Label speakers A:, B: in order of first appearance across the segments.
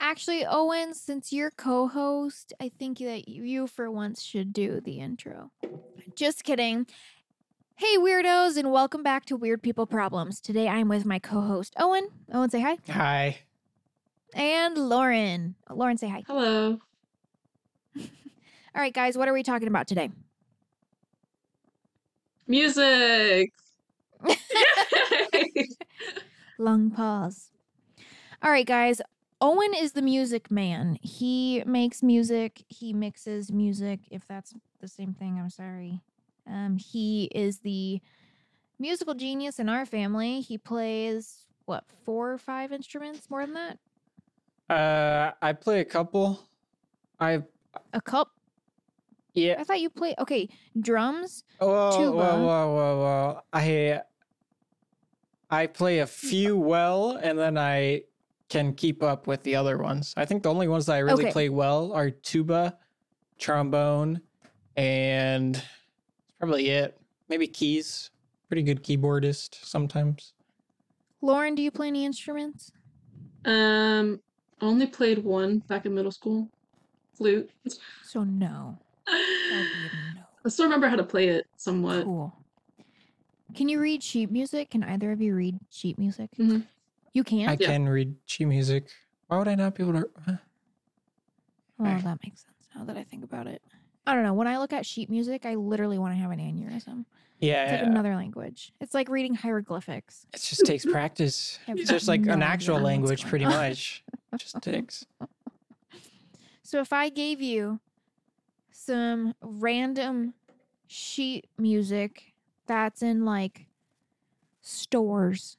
A: actually, Owen, since you're co host, I think that you for once should do the intro. Just kidding. Hey, weirdos, and welcome back to Weird People Problems. Today I'm with my co host, Owen. Owen, say hi.
B: Hi.
A: And Lauren. Lauren, say hi.
C: Hello.
A: All right, guys, what are we talking about today?
C: Music. Yay!
A: Long pause. All right, guys. Owen is the music man. He makes music. He mixes music. If that's the same thing, I'm sorry. Um, he is the musical genius in our family. He plays what four or five instruments? More than that?
B: Uh, I play a couple. I
A: A cup?
B: yeah.
A: I thought you play. Okay, drums.
B: Whoa,
A: tuba.
B: whoa, whoa, whoa, whoa. I I play a few well, and then I can keep up with the other ones. I think the only ones that I really
A: Okay.
B: play well are tuba, trombone, and that's probably it. Maybe keys. Pretty good keyboardist sometimes.
A: Lauren, do you play any instruments?
C: um, only played one back in middle school, flute.
A: So no.
B: Oh,
A: That'd
C: I
A: be a
C: still remember how to play it
A: no.
C: somewhat.
A: Cool. Can you read sheet music? Can either of you read sheet music?
C: Mhm.
A: You can.
B: I
C: Yeah.
B: can read sheet music. Why would I not be able to? huh?
A: Well,
B: Right.
A: Oh, that makes sense now that I think about it. I don't know. When I look at sheet music, I literally want to have an aneurysm. It's like
B: Yeah,
A: another language. It's like reading hieroglyphics.
B: it just takes practice.
A: I have
B: It's just like
A: no
B: an
A: idea
B: actual
A: what's
B: language,
A: going
B: pretty
A: on.
B: much. It just takes.
A: So if I gave you some random sheet music that's in like stores,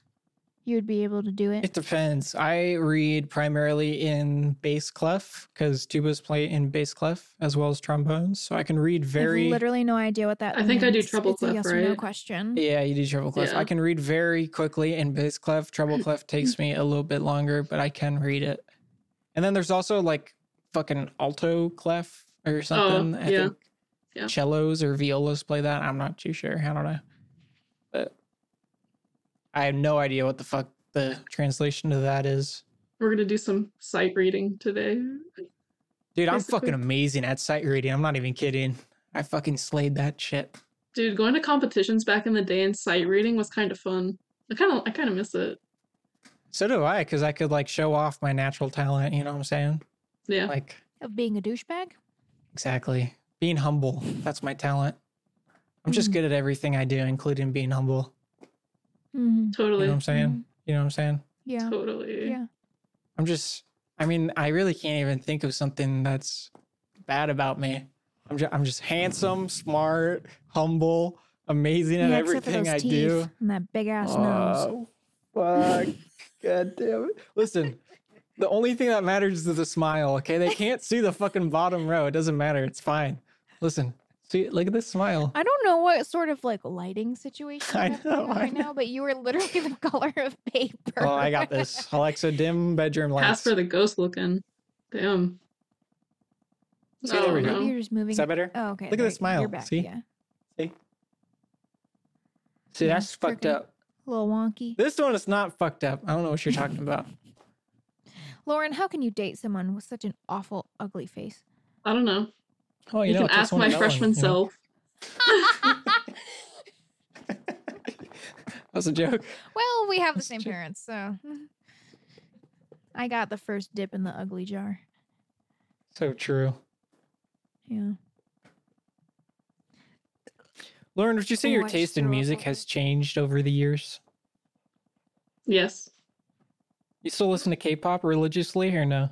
A: you'd be able to do
B: It
A: it.
B: depends. I read primarily in bass clef because tubas play in bass clef as well as trombones, so I can read
A: I have
B: very.
A: literally no idea what that.
C: I think I do
A: means.
C: treble
A: It's a
C: clef,
A: yes or no
C: right?
A: question.
B: Yeah, you do treble clef. I
C: Yeah.
B: can read very quickly in bass clef. Treble clef takes me a little bit longer, but I can read it. And then there's also like fucking alto clef or something. I
C: Oh, yeah.
B: think
C: Yeah.
B: cellos or violas play that. I'm not too sure. I don't know. But I have no idea what the fuck the translation to that is.
C: We're gonna do some sight reading today.
B: Dude, I'm
C: Basically.
B: fucking amazing at sight reading. I'm not even kidding. I fucking slayed that shit.
C: Dude, going to competitions back in the day and sight reading was kind of fun. I kind of, I kind of miss it.
B: So do I, because I could like show off my natural talent. You know what I'm saying?
C: Yeah.
B: Like,
A: Of being a douchebag.
B: exactly. Being humble. That's my talent. I'm just
A: Mhm.
B: good at everything I do, including being humble.
A: Mm-hmm.
B: You know
C: Totally.
B: what I'm saying? You know what I'm saying?
A: Yeah.
C: Totally.
A: Yeah.
B: I'm just, I mean, I really can't even think of something that's bad about me. I'm just, I'm just handsome, smart, humble, amazing at
A: yeah, except for
B: everything
A: those
B: I
A: teeth
B: do.
A: And that big ass nose.
B: Oh, fuck. God damn it. Listen, the only thing that matters is the smile, okay? They can't see the fucking bottom row. It doesn't matter. It's fine. Listen, see, look at this smile.
A: I don't know what sort of like lighting situation
B: I
A: I have
B: know, I
A: right now, but you were literally the color of paper.
B: Oh, I got this. Alexa, dim bedroom
C: Pass
B: lights.
C: for the ghost looking. Damn.
B: See, there we
C: Oh,
B: go.
C: no.
A: You're just moving.
B: Is that better?
A: Oh, okay.
B: Look at
A: there
B: the
A: you go. You're
B: smile.
A: back,
B: See?
A: yeah.
B: See,
A: yeah,
B: that's fucked
A: freaking-
B: up.
A: A little wonky.
B: This one is not fucked up. I don't know what you're talking about.
A: Lauren, how can you date someone with such an awful, ugly face?
C: I don't know.
B: Oh, you,
C: You,
B: know, it
C: can
B: takes
C: ask
B: one to
C: my
B: know one,
C: freshman
B: you know?
C: self.
B: That was a joke.
A: well, we have the
B: That's
A: same
B: true.
A: parents, so I got the first dip in the ugly jar.
B: So true.
A: Yeah.
B: Lauren, would you say
A: Oh,
B: your
A: I just
B: taste in
A: threw up
B: music
A: all
B: has
A: over.
B: changed over the years?
C: Yes.
B: You still listen to K-pop religiously or no?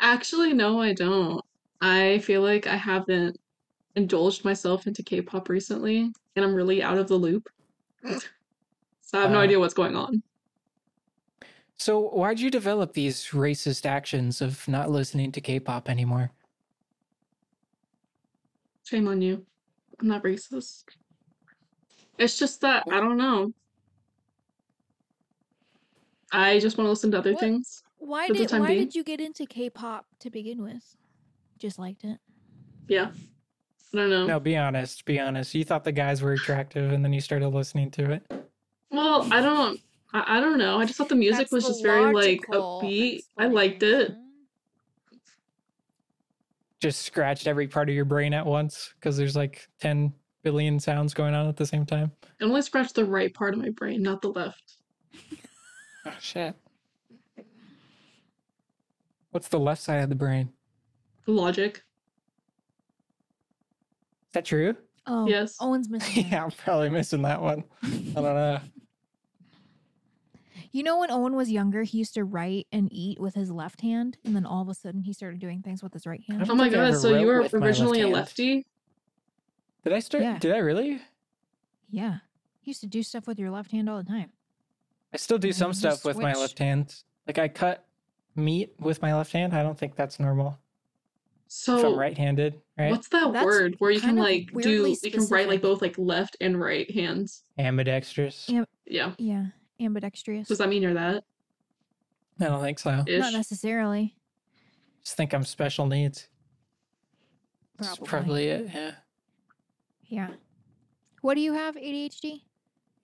C: Actually, no, I don't. I feel like I haven't indulged myself into K-pop recently, and I'm really out of the loop. So I have no
A: Uh.
B: Wow.
C: idea what's going on.
B: So, why'd you develop these racist actions of not listening to K-pop anymore?
C: Shame on you. I'm not racist. It's just that I don't know. I just want to listen to other
A: What?
C: things.
A: Why
C: For the
A: did
C: time
A: why
C: being.
A: did you get into K-pop to begin with? Just liked it.
C: Yeah. I don't know.
B: No, be honest. Be honest. You thought the guys were attractive, and then you started listening to it.
C: Well, I don't I, I don't know. I just thought the music
A: That's
C: was
A: the
C: just very like
A: logical
C: upbeat. I liked it.
A: explanation.
B: just scratched every part of your brain at once because there's like 10 billion sounds going on at the same time.
C: I only scratched the right part of my brain, not the left.
B: Oh, shit. What's the left side of the brain?
C: Logic.
B: Is that true?
A: Oh,
C: Yes.
A: Owen's missing.
B: yeah, I'm probably missing that one. I don't know.
A: You know, when Owen was younger, he used to write and eat with his left hand, and then all of a sudden he started doing things with his right hand.
B: don't
C: Oh my
B: think I
C: god,
B: ever
C: so you
B: wrote
C: were
B: with my left
C: originally a
B: hand.
C: lefty?
B: Did I start?
A: Yeah.
B: Did I really?
A: Yeah. He used to do stuff with your left hand all the time.
B: I still do
A: Yeah,
B: some
A: you
B: stuff with my
A: switched.
B: left hand. Like I cut meat with my left hand. I don't think that's normal. if I'm
C: So
B: right-handed, right?
C: Oh. what's that
A: That's
C: word where you can
A: kind of
C: like do
A: weirdly
C: you can write
A: specific.
C: like both like left and right hands?
B: Ambidextrous.
A: Yeah.
C: Yeah.
A: Yeah. Ambidextrous.
C: Does that mean you're that?
B: I don't think so.
C: Ish.
A: Not necessarily.
B: Just think I'm special needs. That's
A: Probably.
B: probably it. Yeah.
A: Yeah. What do you have, ADHD?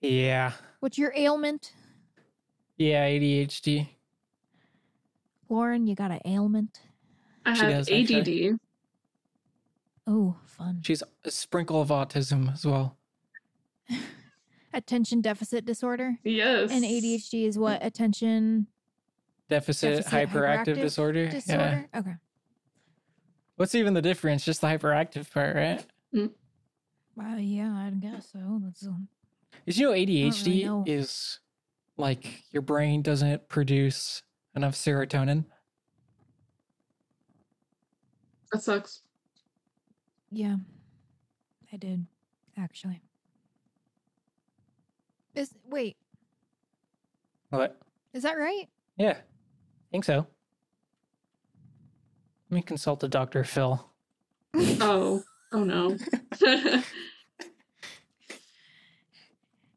B: Yeah.
A: What's your ailment?
B: Yeah. ADHD.
A: Lauren, you got an ailment?
C: I
B: She
C: have
B: does,
C: ADD.
B: actually.
A: Oh, fun.
B: She's a sprinkle of autism as well.
A: Attention deficit disorder.
C: Yes.
A: And ADHD is what? Attention
B: Deficit,
A: Deficit
B: hyperactive,
A: hyperactive
B: disorder. Yeah.
A: disorder? Okay.
B: What's even the difference? Just the hyperactive part, right?
A: Well, Uh, yeah, I guess so. That's um,
B: Did you know ADHD
A: know.
B: is like your brain doesn't produce enough serotonin?
C: That sucks.
A: yeah. I did actually. Is wait,
B: What?
A: is that right?
B: Yeah, I think so. Let me consult the Dr. Phil.
C: Oh. Oh no.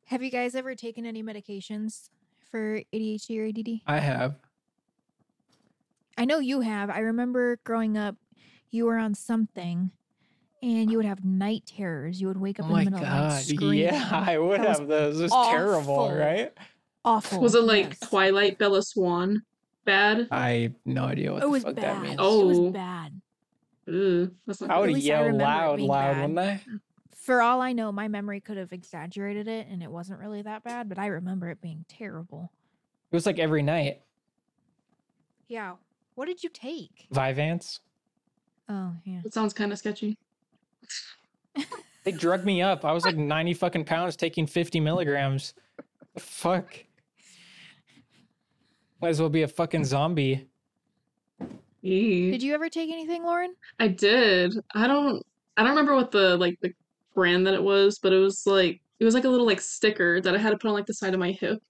A: Have you guys ever taken any medications for ADHD or ADD?
B: I have.
A: I know you have. I remember growing up, you were on something, and you would have night terrors. You would wake up
B: Oh
A: in the
B: my
A: middle of the night
B: god.
A: screaming.
B: Yeah, I would
A: That was
B: have those. It's
A: awful.
B: terrible, right?
A: awful.
C: Was it like
A: yes.
C: Twilight Bella Swan? Bad?
B: I have no idea what
A: it
B: the
A: was
B: fuck
A: bad.
B: that means.
A: it
C: Oh.
A: was bad.
C: Ugh, that's not
B: I
A: At
B: would
C: good.
A: least I
B: yell
A: remember it
B: loud,
A: being
B: loud,
A: bad.
B: wouldn't I?
A: For all I know, my memory could have exaggerated it, and it wasn't really that bad. But I remember it being terrible.
B: It was like every night.
A: Yeah. What did you take?
B: Vivance.
A: Oh yeah.
C: That sounds kind of sketchy.
B: They drugged me up. I was like 90 fucking pounds taking 50 milligrams. The fuck. Might as well be a fucking zombie.
C: Eee.
A: Did you ever take anything, Lauren?
C: I did. I don't I don't remember what the like the brand that it was, but it was like it was like a little like sticker that I had to put on like the side of my hip.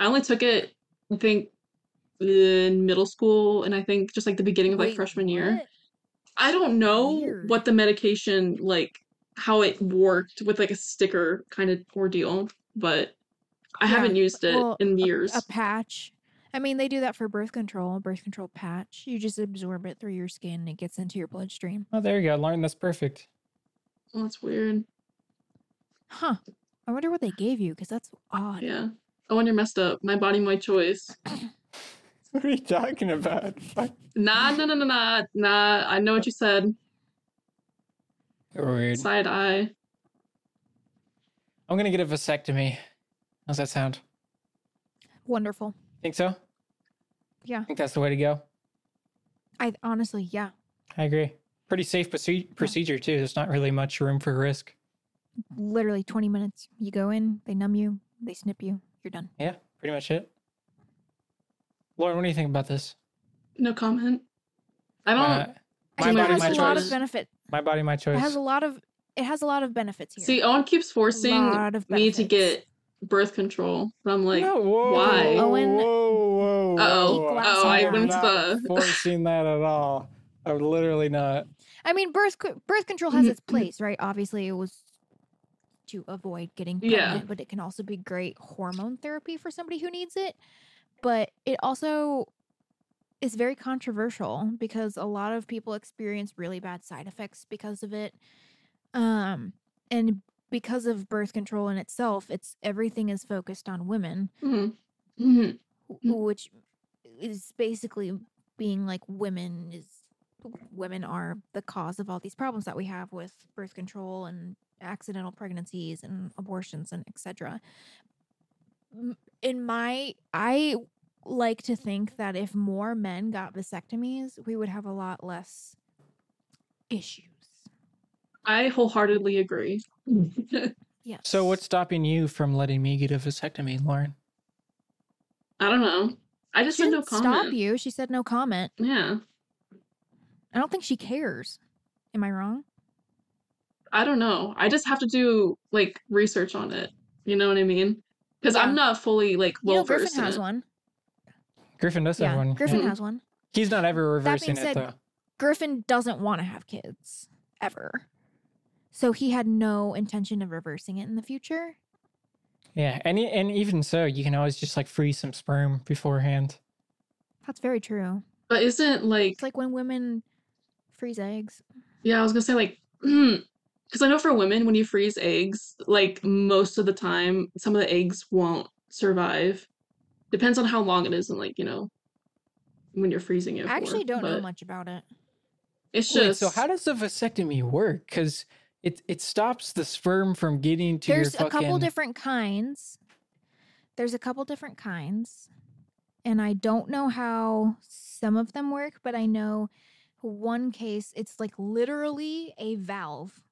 C: I only took it I think in middle school and I think just like the beginning of like
A: Wait,
C: freshman year.
A: what?
C: I don't know
A: Weird.
C: what the medication like how it worked with like a sticker kind of ordeal, but I
A: Yeah,
C: haven't used it
A: well,
C: in years.
A: a patch. I mean, they do that for birth control, a birth control patch. You just absorb it through your skin and it gets into your bloodstream.
B: Oh, there you go. Lauren, that's perfect.
C: Oh, that's weird.
A: Huh. I wonder what they gave you because that's odd.
C: Yeah. Oh, and you're messed up. My body, my choice.
B: What are you talking about? Fuck.
C: Nah, nah, nah, nah, nah, nah. I know what you said.
B: Weird.
C: Side eye.
B: I'm gonna get a vasectomy. How's that sound?
A: Wonderful.
B: Think so?
A: Yeah.
B: Think that's the way to go.
A: I honestly, yeah.
B: I agree. Pretty safe proce- procedure too. There's not really much room for risk.
A: Literally 20 minutes. You go in, they numb you, they snip you, you're done.
B: Yeah, pretty much it. Lauren, what do you think about this?
C: No comment. I don't.
B: Uh, my
A: I think
B: body,
A: it
B: my
A: has a lot of
B: choice.
A: benefit.
B: My body, my
A: It
B: choice.
A: has a lot of it has a lot of benefits here.
C: see, Owen keeps forcing
A: lot of
C: me to
A: benefits.
C: get birth control, but I'm like,
B: No, whoa,
C: why?
A: Owen-
B: Whoa, whoa,
C: Uh-oh.
B: whoa.
A: Uh-oh, I
B: am
A: went
C: to
B: not
C: the-
B: forcing that at all. I'm literally not.
A: I mean, birth co- birth control
C: Mm-hmm,
A: has its place, right? Obviously, it was to avoid getting
C: Yeah.
A: pregnant, but it can also be great hormone therapy for somebody who needs it. But it also is very controversial because a lot of people experience really bad side effects because of it. Um, and because of birth control in itself, it's everything is focused on women
C: mhm, mhm,
A: w-
C: Mm.
A: which is basically being like women is women are the cause of all these problems that we have with birth control and accidental pregnancies and abortions and etc. In my I like to think that if more men got vasectomies, we would have a lot less issues.
C: I wholeheartedly agree.
A: Yes.
B: So what's stopping you from letting me get a vasectomy, Lauren?
C: I don't know. I just
A: she
C: said no
A: didn't
C: comment.
A: stop you? She said no comment.
C: Yeah.
A: I don't think she cares. Am I wrong?
C: I don't know. I just have to do like research on it. You know what I mean? Because
A: Yeah.
C: I'm not fully like
A: You
C: well
A: know, Griffin
C: versed in
A: has
C: it.
A: one.
B: Griffin does
A: yeah,
B: have one.
A: Griffin
C: Yeah.
A: has one.
B: He's not ever
A: That being
B: reversing
A: said,
B: it though.
A: Griffin doesn't want to have kids ever. So he had no intention of reversing it in the future.
B: Yeah, and e- and even so, you can always just like freeze some sperm beforehand.
A: That's very true.
C: But isn't like,
A: It's like when women freeze eggs.
C: yeah, I was gonna say like because I know for women when you freeze eggs, like most of the time, some of the eggs won't survive. Depends on how long it is and like you know when you're freezing it.
A: I actually
C: for,
A: don't know
C: but
A: much about it.
C: It's just
B: Wait, so how does the vasectomy work? Because it it stops the sperm from getting to
A: There's
B: your
A: a
B: fucking.
A: couple different kinds. There's a couple different kinds. And I don't know how some of them work, but I know one case it's like literally a valve.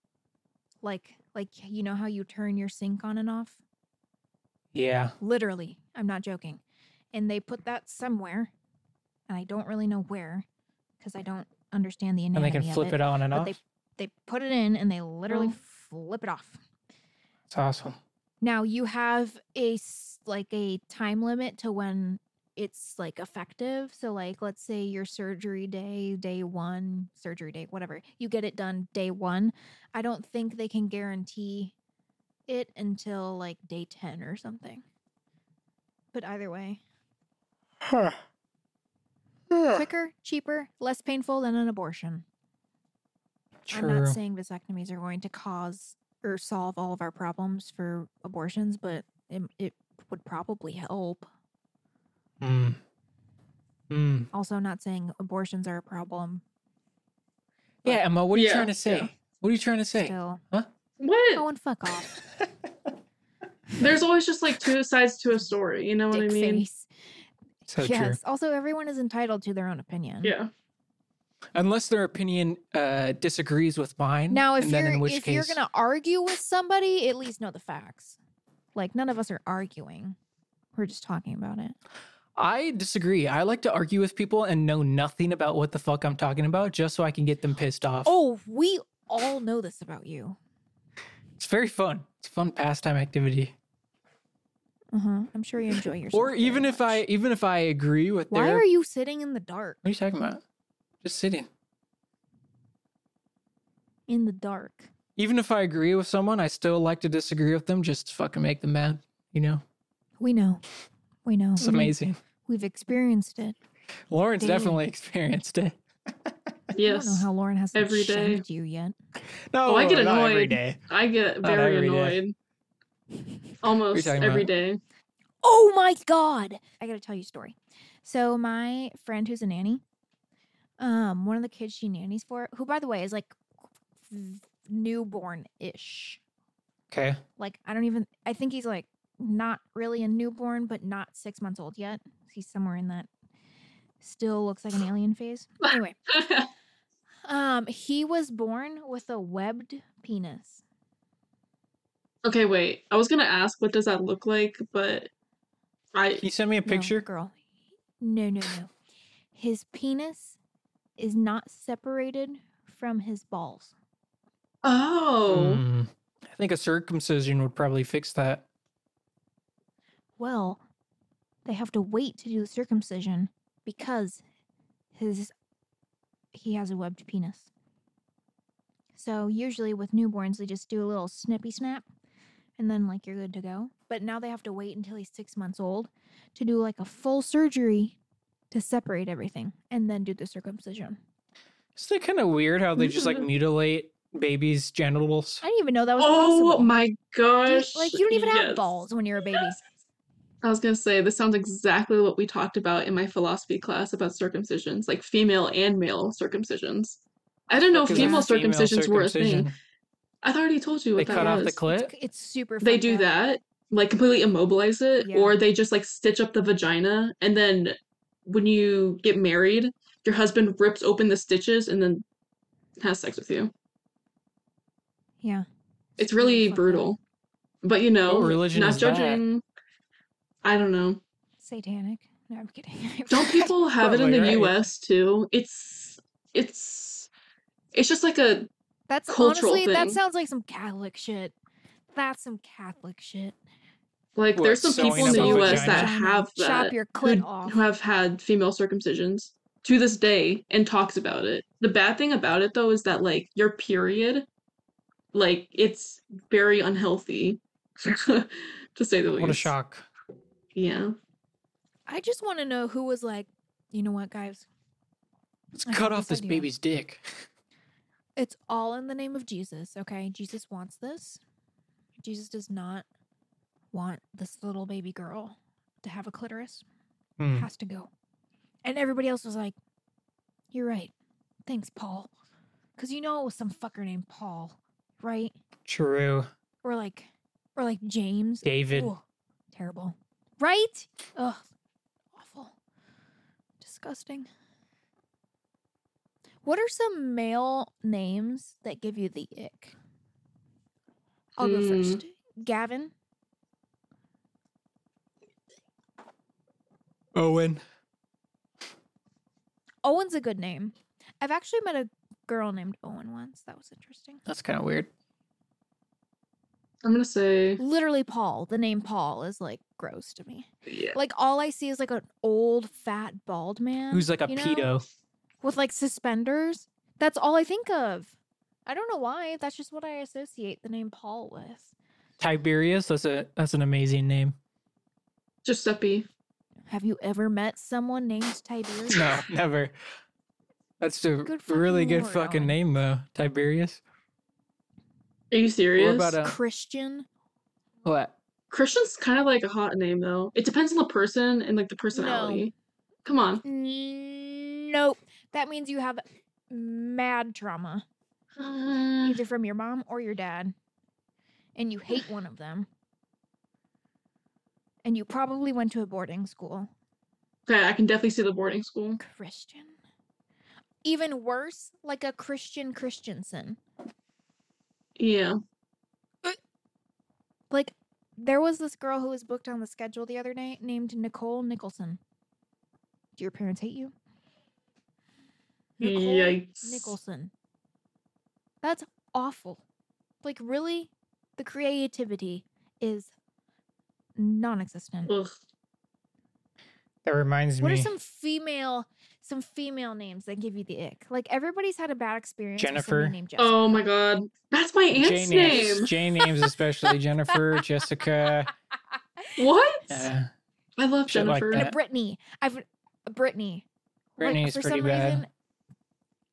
A: Like like you know how you turn your sink on and off?
B: Yeah,
A: Literally. I'm not joking. And they put that somewhere. And I don't really know where because I don't understand the
B: and
A: anatomy
B: they can
A: of
B: flip
A: it.
B: it, on and
A: but
B: off.
A: they they put it in and they literally
C: Oh.
A: flip it off.
B: It's awesome.
A: Now you have a s- like a time limit to when it's like effective. So like let's say your surgery day, day 1, surgery day, whatever. You get it done day 1. I don't think they can guarantee it until like day 10 or something. But either way,
B: Huh.
A: quicker, cheaper, less painful than an abortion. I'm
B: True.
A: not saying vasectomies are going to cause or solve all of our problems for abortions, but it, it would probably help.
B: Mm. Mm.
A: Also, not saying abortions are a problem. But
B: Yeah, Emma. What are you
C: Yeah,
B: trying to say?
C: yeah.
B: What are you trying to say?
A: Still,
C: what?
A: oh, and fuck off,
C: There's always just like two sides to a story. You know what I
A: dick
C: mean?
A: face.
B: So true.
A: yes. Also, everyone is entitled to their own opinion.
C: Yeah.
B: Unless their opinion uh, disagrees with mine.
A: Now, if
B: and then
A: you're
B: in which
A: if
B: case,
A: you're gonna argue with somebody, at least know the facts. Like none of us are arguing. We're just talking about it.
B: I disagree. I like to argue with people and know nothing about what the fuck I'm talking about, just so I can get them pissed off.
A: Oh, we all know this about you.
B: It's very fun. It's a fun pastime activity.
A: Uh huh. I'm sure you enjoy yourself.
B: Or
A: very
B: even if
A: much.
B: I even if I agree with
A: Why
B: their
A: are you sitting in the dark?
B: what are you talking about? Just sitting.
A: In the dark.
B: Even if I agree with someone, I still like to disagree with them just to fucking make them mad. You know?
A: We know. We know.
B: It's
C: Mhm.
B: amazing.
A: We've experienced it.
B: Lauren's
A: Daily.
B: definitely experienced it.
A: I don't know
C: Yes.
A: how Lauren hasn't
C: Every day.
A: shanked you yet.
B: No,
C: I get
B: not every
C: annoyed.
B: day.
C: I get
B: Oh, Not
C: very
B: every day.
C: annoyed. Almost
B: talking
C: every
B: about?
C: day.
A: Oh my god! I gotta tell you a story. So my friend who's a nanny, um, one of the kids she nannies for, who by the way is like newborn ish.
B: Okay.
A: Like I don't even. I think he's like not really a newborn, but not six months old yet. He's somewhere in that. Still looks like an alien phase. Anyway. Um, he was born with a webbed penis.
C: okay, wait. I was gonna ask what does that look like, but I
B: He sent me a
A: No,
B: picture.
A: girl. No, no, no. His penis is not separated from his balls.
C: oh
B: Hmm. I think a circumcision would probably fix that.
A: Well, they have to wait to do the circumcision because his he has a webbed penis. So usually with newborns they just do a little snippy snap and then like you're good to go. But now they have to wait until he's 6 months old to do like a full surgery to separate everything and then do the circumcision.
B: Isn't it kind of weird how they just like
C: Mm-hmm.
B: mutilate babies' genitals?
A: I didn't even know that was
C: oh
A: possible.
C: my
A: Do you-
C: gosh!
A: like you don't even have
C: yes.
A: balls when you're a baby.
C: I was gonna say this sounds exactly what we talked about in my philosophy class about circumcisions, like female and male circumcisions. I didn't know
A: Because
C: female
A: that's female
C: circumcisions were a thing. I've already told you
B: They
C: what that
B: cut off the
C: was.
A: It's,
B: clit.
A: it's super.
C: they
A: fucked
C: do
A: up.
C: that, like completely immobilize it,
A: Yeah.
C: or they just like stitch up the vagina, and then when you get married, your husband rips open the stitches and then has sex with you.
A: Yeah.
C: It's really
A: fucked up.
C: brutal. But you know,
B: What religion
C: not
B: is that?
C: judging. I don't know.
A: Satanic. No, I'm kidding.
C: Don't people have it in
B: Probably
C: the
B: right.
C: US too? It's it's it's just like a
A: That's
C: cultural
A: honestly that
C: thing?
A: sounds like some Catholic shit. That's some Catholic shit.
C: like
B: What,
C: there's some people
B: sewing
C: in the
B: up a
C: US that
B: vagina?
C: have that
A: chop your
C: who-
A: clit off.
C: who have had female circumcisions to this day and talks about it. The bad thing about it though is that like your period like it's very unhealthy to say the least.
B: What a shock.
C: Yeah.
A: I just want to know who was like, you know what, guys?
B: Let's
A: I
B: cut
A: hate
B: off
A: this
B: this
A: idea.
B: baby's dick.
A: It's all in the name of Jesus, okay? Jesus wants this. Jesus does not want this little baby girl to have a clitoris.
B: Hmm.
A: Has to go. And everybody else was like, you're right. Thanks, Paul. Because you know it was some fucker named Paul, right?
B: True.
A: Or like, or like James.
B: David.
A: Ugh, terrible. Right? Ugh. Awful. Disgusting. What are some male names that give you the ick? I'll go
C: Hmm.
A: first. Gavin.
B: Owen.
A: Owen's a good name. I've actually met a girl named Owen once. That was interesting.
B: That's kind of weird.
C: I'm
B: Hmm.
C: gonna say
A: Literally, Paul. The name Paul is like gross to me.
C: yeah.
A: Like all I see is like an old, fat, bald man
B: Who's like a
A: you know?
B: pedo?
A: with like suspenders. That's all I think of. I don't know why. That's just what I associate the name Paul with.
B: Tiberius. That's a that's an amazing name.
C: Giuseppe.
A: Have you ever met someone named Tiberius?
B: No, never. That's a
A: Good fucking
B: really good
A: lord,
B: fucking
A: Owen.
B: name though. Tiberius.
C: Are you serious?
B: What about a
A: Christian.
B: what?
C: Christian's kind of like a hot name though. It depends on the person and like the personality. Come on.
A: N- Nope. That means you have mad trauma.
C: Uh,
A: either from your mom or your dad, and you hate one of them, and you probably went to a boarding school,
C: okay, I can definitely see the boarding school.
A: Christian. Even worse, like a Christian Christensen.
C: Yeah.
A: Like, there was this girl who was booked on the schedule the other night named Nicole Nicholson. Do your parents hate you? Nicole
C: Yikes.
A: Nicholson. That's awful. Like, really? The creativity is non existent.
C: Ugh.
B: That reminds
A: What
B: me.
A: are some female some female names that give you the ick? Like everybody's had a bad experience. with somebody
B: Jennifer.
A: named Jessica.
C: Oh my god. That's my aunt's
B: names.
C: name.
B: Jane names especially Jennifer, Jessica,
C: What?
B: uh,
C: I love
B: shit like
C: Jennifer.
A: and
B: that.
A: a Brittany. I've Brittany.
B: Brittany's
A: for
B: pretty
A: some
B: bad.
A: reason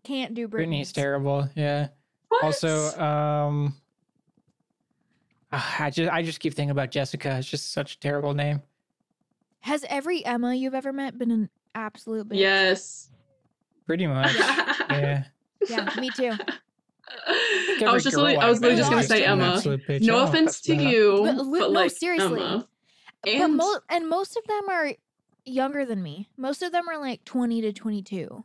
A: can't do Brittany.
B: Brittany's terrible. Yeah.
C: What?
B: Also, um, ah, I just I just keep thinking about Jessica. It's just such a terrible name.
A: Has every Emma you've ever met been an absolute bitch?
C: yes.
B: Pretty much. yeah.
A: Yeah, me too.
C: I,
B: Every
C: was just
B: girl
C: literally, I
B: I've
C: was literally
A: met
C: just gonna
A: is
C: say
A: an
C: Emma.
B: absolute bitch.
C: No
B: Oh,
C: offense
B: that's
C: to
B: not-
C: you,
A: But
C: but,
A: li- no,
C: like
A: seriously.
C: Emma.
A: but
C: And
A: mo- and most of them are younger than me. Most of them are like 20 to 22.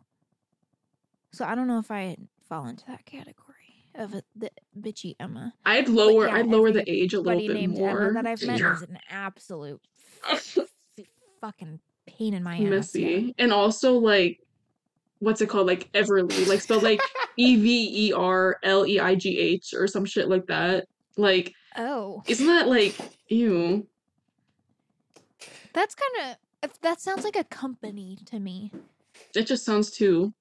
A: So I don't know if I fall into that category of a, the bitchy Emma.
C: I'd lower,
A: yeah,
C: I'd lower the age a little
A: Buddy
C: bit
A: named
C: more.
A: Emma that I've met is an absolute f- f- fucking pain in my ass. yeah.
C: messy and also like what's it called like everly like spelled like E e-v-e-r-l-e-i-g-h or some shit like that like
A: Oh,
C: isn't that like ew
A: that's kind of that sounds like a company to me.
C: it just sounds too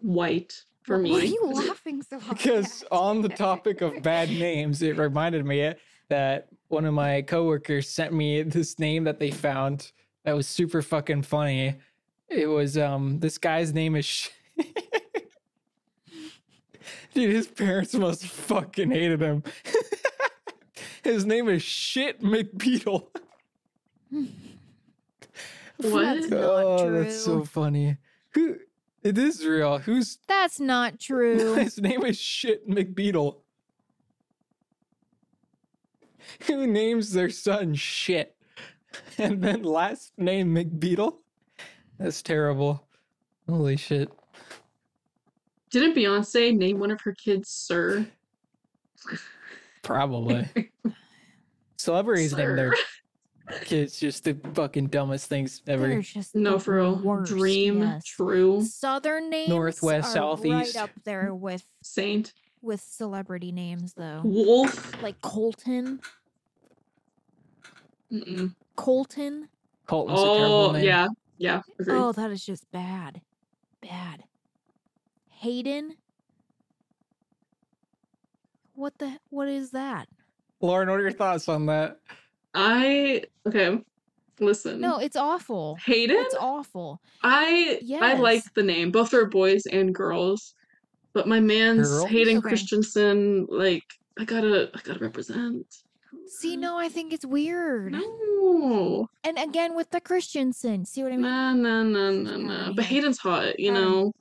C: white for
A: Why- Why are
C: me
A: you laughing so hard?
B: Because
A: at?
B: on the topic of bad names, it reminded me that one of my coworkers sent me this name that they found that was super fucking funny. It was um this guy's name is Sh- Dude, his parents must have fucking hated him. his name is Shit McBeetle.
A: That's
C: What?
A: not
B: oh,
A: true.
B: that's so funny. Who? It is real. Who's
A: That's not true.
B: his name is shit McBeetle. Who names their son shit, and then last name McBeetle? That's terrible. Holy shit.
C: Didn't Beyonce name one of her kids Sir?
B: Probably. Celebrities name their kids just the fucking dumbest things
A: They're
B: ever.
A: just
C: No,
A: the
C: for real.
A: worst,
C: Dream,
A: yes.
C: true,
A: Southern names,
B: Northwest,
A: are
B: Southeast.
A: right up there with
C: saint,
A: with celebrity names though,
C: wolf.
A: like Colton,
C: Mm-mm.
A: Colton.
B: Colton's a terrible
C: Oh,
B: name.
C: yeah, yeah. Agreed.
A: Oh, that is just bad, bad. Hayden. What the? What is that?
B: Lauren, what are your thoughts on that?
C: I okay. Listen,
A: No, it's awful.
C: Hayden.
A: It's awful.
C: I I like
A: Yes.
C: the name, both for boys and girls. But my man's
B: Girls?
C: Hayden
A: Okay.
C: Christensen, like I gotta I gotta represent.
A: See, no, I think it's weird.
C: No.
A: And again with the Christensen. See what I mean?
C: No, no, no, no, no. But Hayden's hot, you
A: Um,
C: know.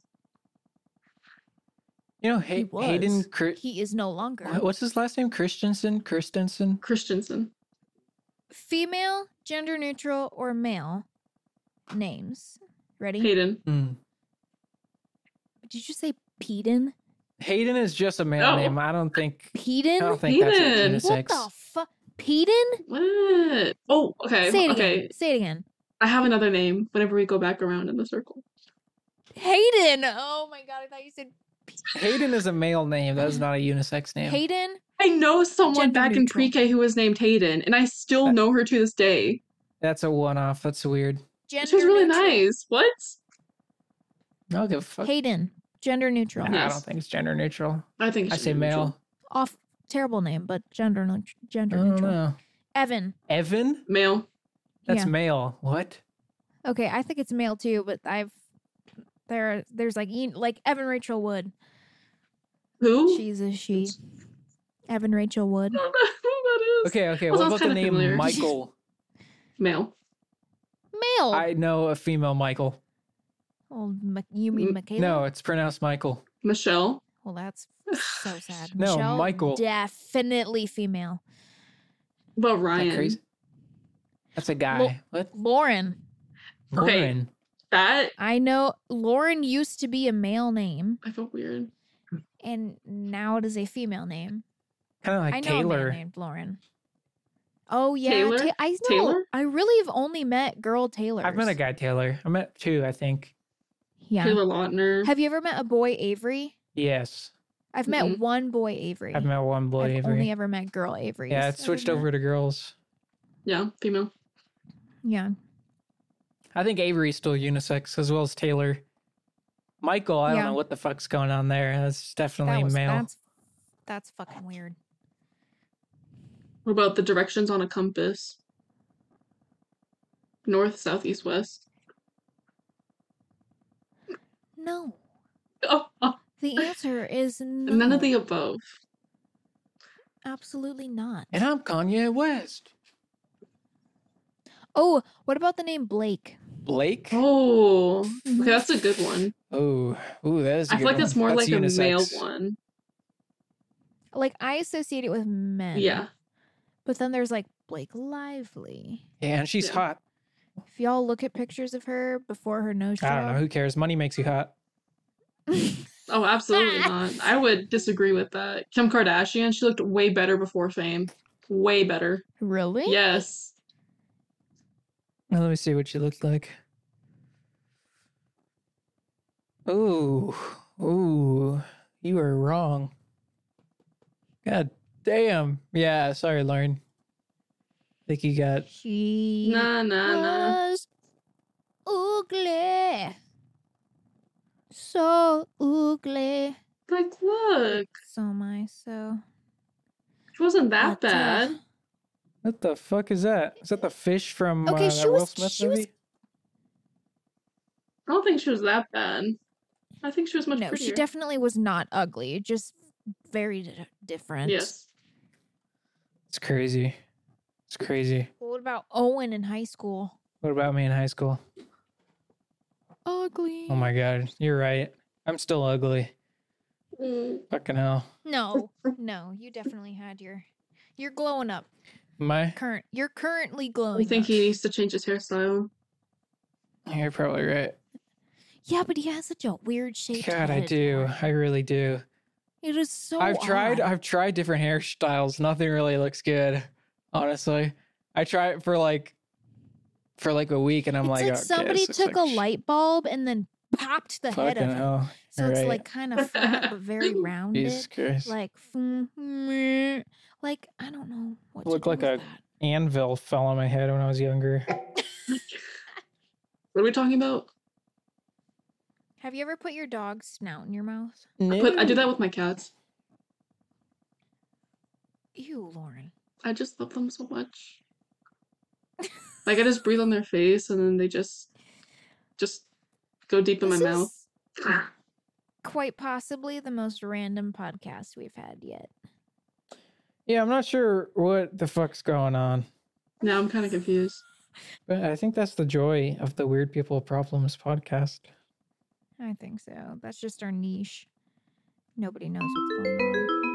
B: You know, Hay-
A: He was.
B: Hayden. Chri-
A: He is no longer.
B: Wha- What's his last name? Christensen? Christensen?
C: Christensen.
A: Female, gender neutral, or male names. Ready?
C: Hayden.
B: Hmm.
A: Did you say Peden?
B: Hayden is just a male
C: No.
B: name. I don't think.
A: Peden?
B: I don't think
C: Hayden.
B: that's
A: what
B: unisex.
A: the fuck? Peden?
C: What? Oh, okay.
A: Say it
C: okay.
A: again. Say it again.
C: I have another name whenever we go back around in the circle.
A: Hayden. Oh my god, I thought you said
B: Hayden is a male name. That is not a unisex name.
A: Hayden.
C: I know someone
A: Gender
C: back in
A: neutral.
C: pre K who was named Hayden, and I still
B: That-
C: know her to this day.
B: That's a one-off. That's weird.
A: Gender
C: She was really
A: neutral.
C: nice. What?
B: I don't give a fuck.
A: Hayden. Gender neutral.
B: Nah, I
C: Yes.
B: don't think it's gender neutral.
C: I think it
B: I
C: should
B: say
C: be neutral.
B: male.
A: Off terrible name, but gender neut-
B: I
A: gender
B: don't
A: neutral.
B: know.
A: Evan.
B: Evan?
C: Male.
B: That's
A: yeah.
B: male. What?
A: Okay, I think it's male too, but I've there there's like e- like Evan Rachel Wood.
C: Who?
A: She's a she. Evan Rachel Wood.
C: I don't know who that is.
B: Okay, okay.
C: Well,
B: What
C: sounds
B: about the
C: kinda
B: name
C: familiar.
B: Michael?
C: Male.
A: Male.
B: I know a female Michael.
A: Old Mac- you mean
C: Mm,
A: Michaela?
B: No, it's pronounced Michael.
C: Michelle.
A: Well, that's so sad.
B: No,
A: Michelle,
B: Michael.
A: Definitely female.
C: But
B: Isn't
C: Ryan.
B: That crazy? That's a guy. what?
A: Lauren.
C: Okay.
B: Lauren.
C: That
A: I know Lauren used to be a male name
C: I felt weird.
A: and now it is a female name.
B: Kind of like
A: I know a
B: Taylor.
A: man named Lauren. Oh yeah,
C: Taylor?
A: Ta- I know.
C: Taylor?
A: I really have only met girl Taylor.
B: I've met a guy Taylor. I met two, I think.
A: Yeah.
C: Taylor Lautner.
A: Have you ever met a boy Avery?
B: Yes.
A: I've met
C: Mm-mm.
A: one boy Avery.
B: Mm-hmm. I've met one boy
A: I've
B: Avery.
A: only ever met girl Avery.
B: yeah, it switched
C: Mm-hmm.
B: over to girls.
C: yeah, female.
A: Yeah.
B: I think Avery's still unisex as well as Taylor. Michael, I
A: Yeah.
B: don't know what the fuck's going on there. That's definitely
A: That was,
B: male.
A: that's that's fucking weird.
C: What about the directions on a compass? North, south, east, west.
A: No.
C: Oh, oh,
A: The answer is no.
C: none of the above.
A: absolutely not.
B: And I'm Kanye West.
A: Oh, what about the name Blake?
B: Blake?
C: Oh, okay, that's a good one.
B: Oh, ooh, that is. I
C: I feel like that's more like a male one.
A: Like I associate it with men.
C: Yeah,
A: But then there's like Blake Lively.
B: Yeah, and she's
C: Yeah.
B: hot.
A: If y'all look at pictures of her before her nose
B: I don't know.
A: job,
B: Who cares? Money makes you hot.
C: Oh, absolutely not. I would disagree with that. Kim Kardashian, she looked way better before fame. Way better.
A: really?
C: Yes.
B: Now, let me see what she looked like. Ooh, ooh, you are wrong. God damn. Yeah, sorry, Lauren. I think you got.
A: She
C: Nah, nah, nah.
A: was ugly. So ugly.
C: Like, look,
A: So am I. So
C: she wasn't that
A: But, uh,
C: bad.
B: What the fuck is that? Is that the fish from
A: Okay,
B: uh,
A: she
B: that Will
A: was-
B: Smith
A: she was
B: movie?
C: I don't think she was that bad. I think she was much
A: No,
C: prettier.
A: she definitely was not ugly. Just very di- different.
C: Yes.
B: It's crazy. It's crazy.
A: Well, what about Owen in high school?
B: What about me in high school?
A: Ugly.
B: Oh my god, you're right. I'm still ugly. Fucking hell.
A: No, no, you definitely had your. You're glowing up.
B: My,
A: Current. You're currently
C: I
A: glowing.
C: think
A: up.
C: he needs to change his hairstyle.
B: you're probably right.
A: Yeah, but he has such a weird shape.
B: God, I do. I really do.
A: It is so.
B: I've tried.
A: odd.
B: I've tried different hairstyles. Nothing really looks good, honestly. I try it for like, for like a week, and I'm
A: it's like,
B: like, "Okay, this
A: somebody
B: looks
A: took
B: like
A: a
B: sh-
A: light bulb and then popped the head
B: Fucking
A: of it.
B: hell!
A: So it's
B: right.
A: like kind of flat but very rounded.
B: Jesus Christ!
A: Like, mm-hmm, like I don't know what. to
B: Look
A: do
B: like
A: with
B: a-
A: that.
B: Anvil fell on my head when I was younger.
C: What are we talking about?
A: Have you ever put your dog's snout in your mouth?
C: I Put, I do that with my cats.
A: Ew, Lauren.
C: I just love them so much. like I just breathe on their face and then they just just go deep in my
A: This
C: mouth.
A: is Quite possibly the most random podcast we've had yet.
B: Yeah, I'm not sure what the fuck's going on,
C: now I'm kind of confused.
B: but I think that's the joy of the Weird People Problems podcast.
A: I think so. That's just our niche. Nobody knows what's going on.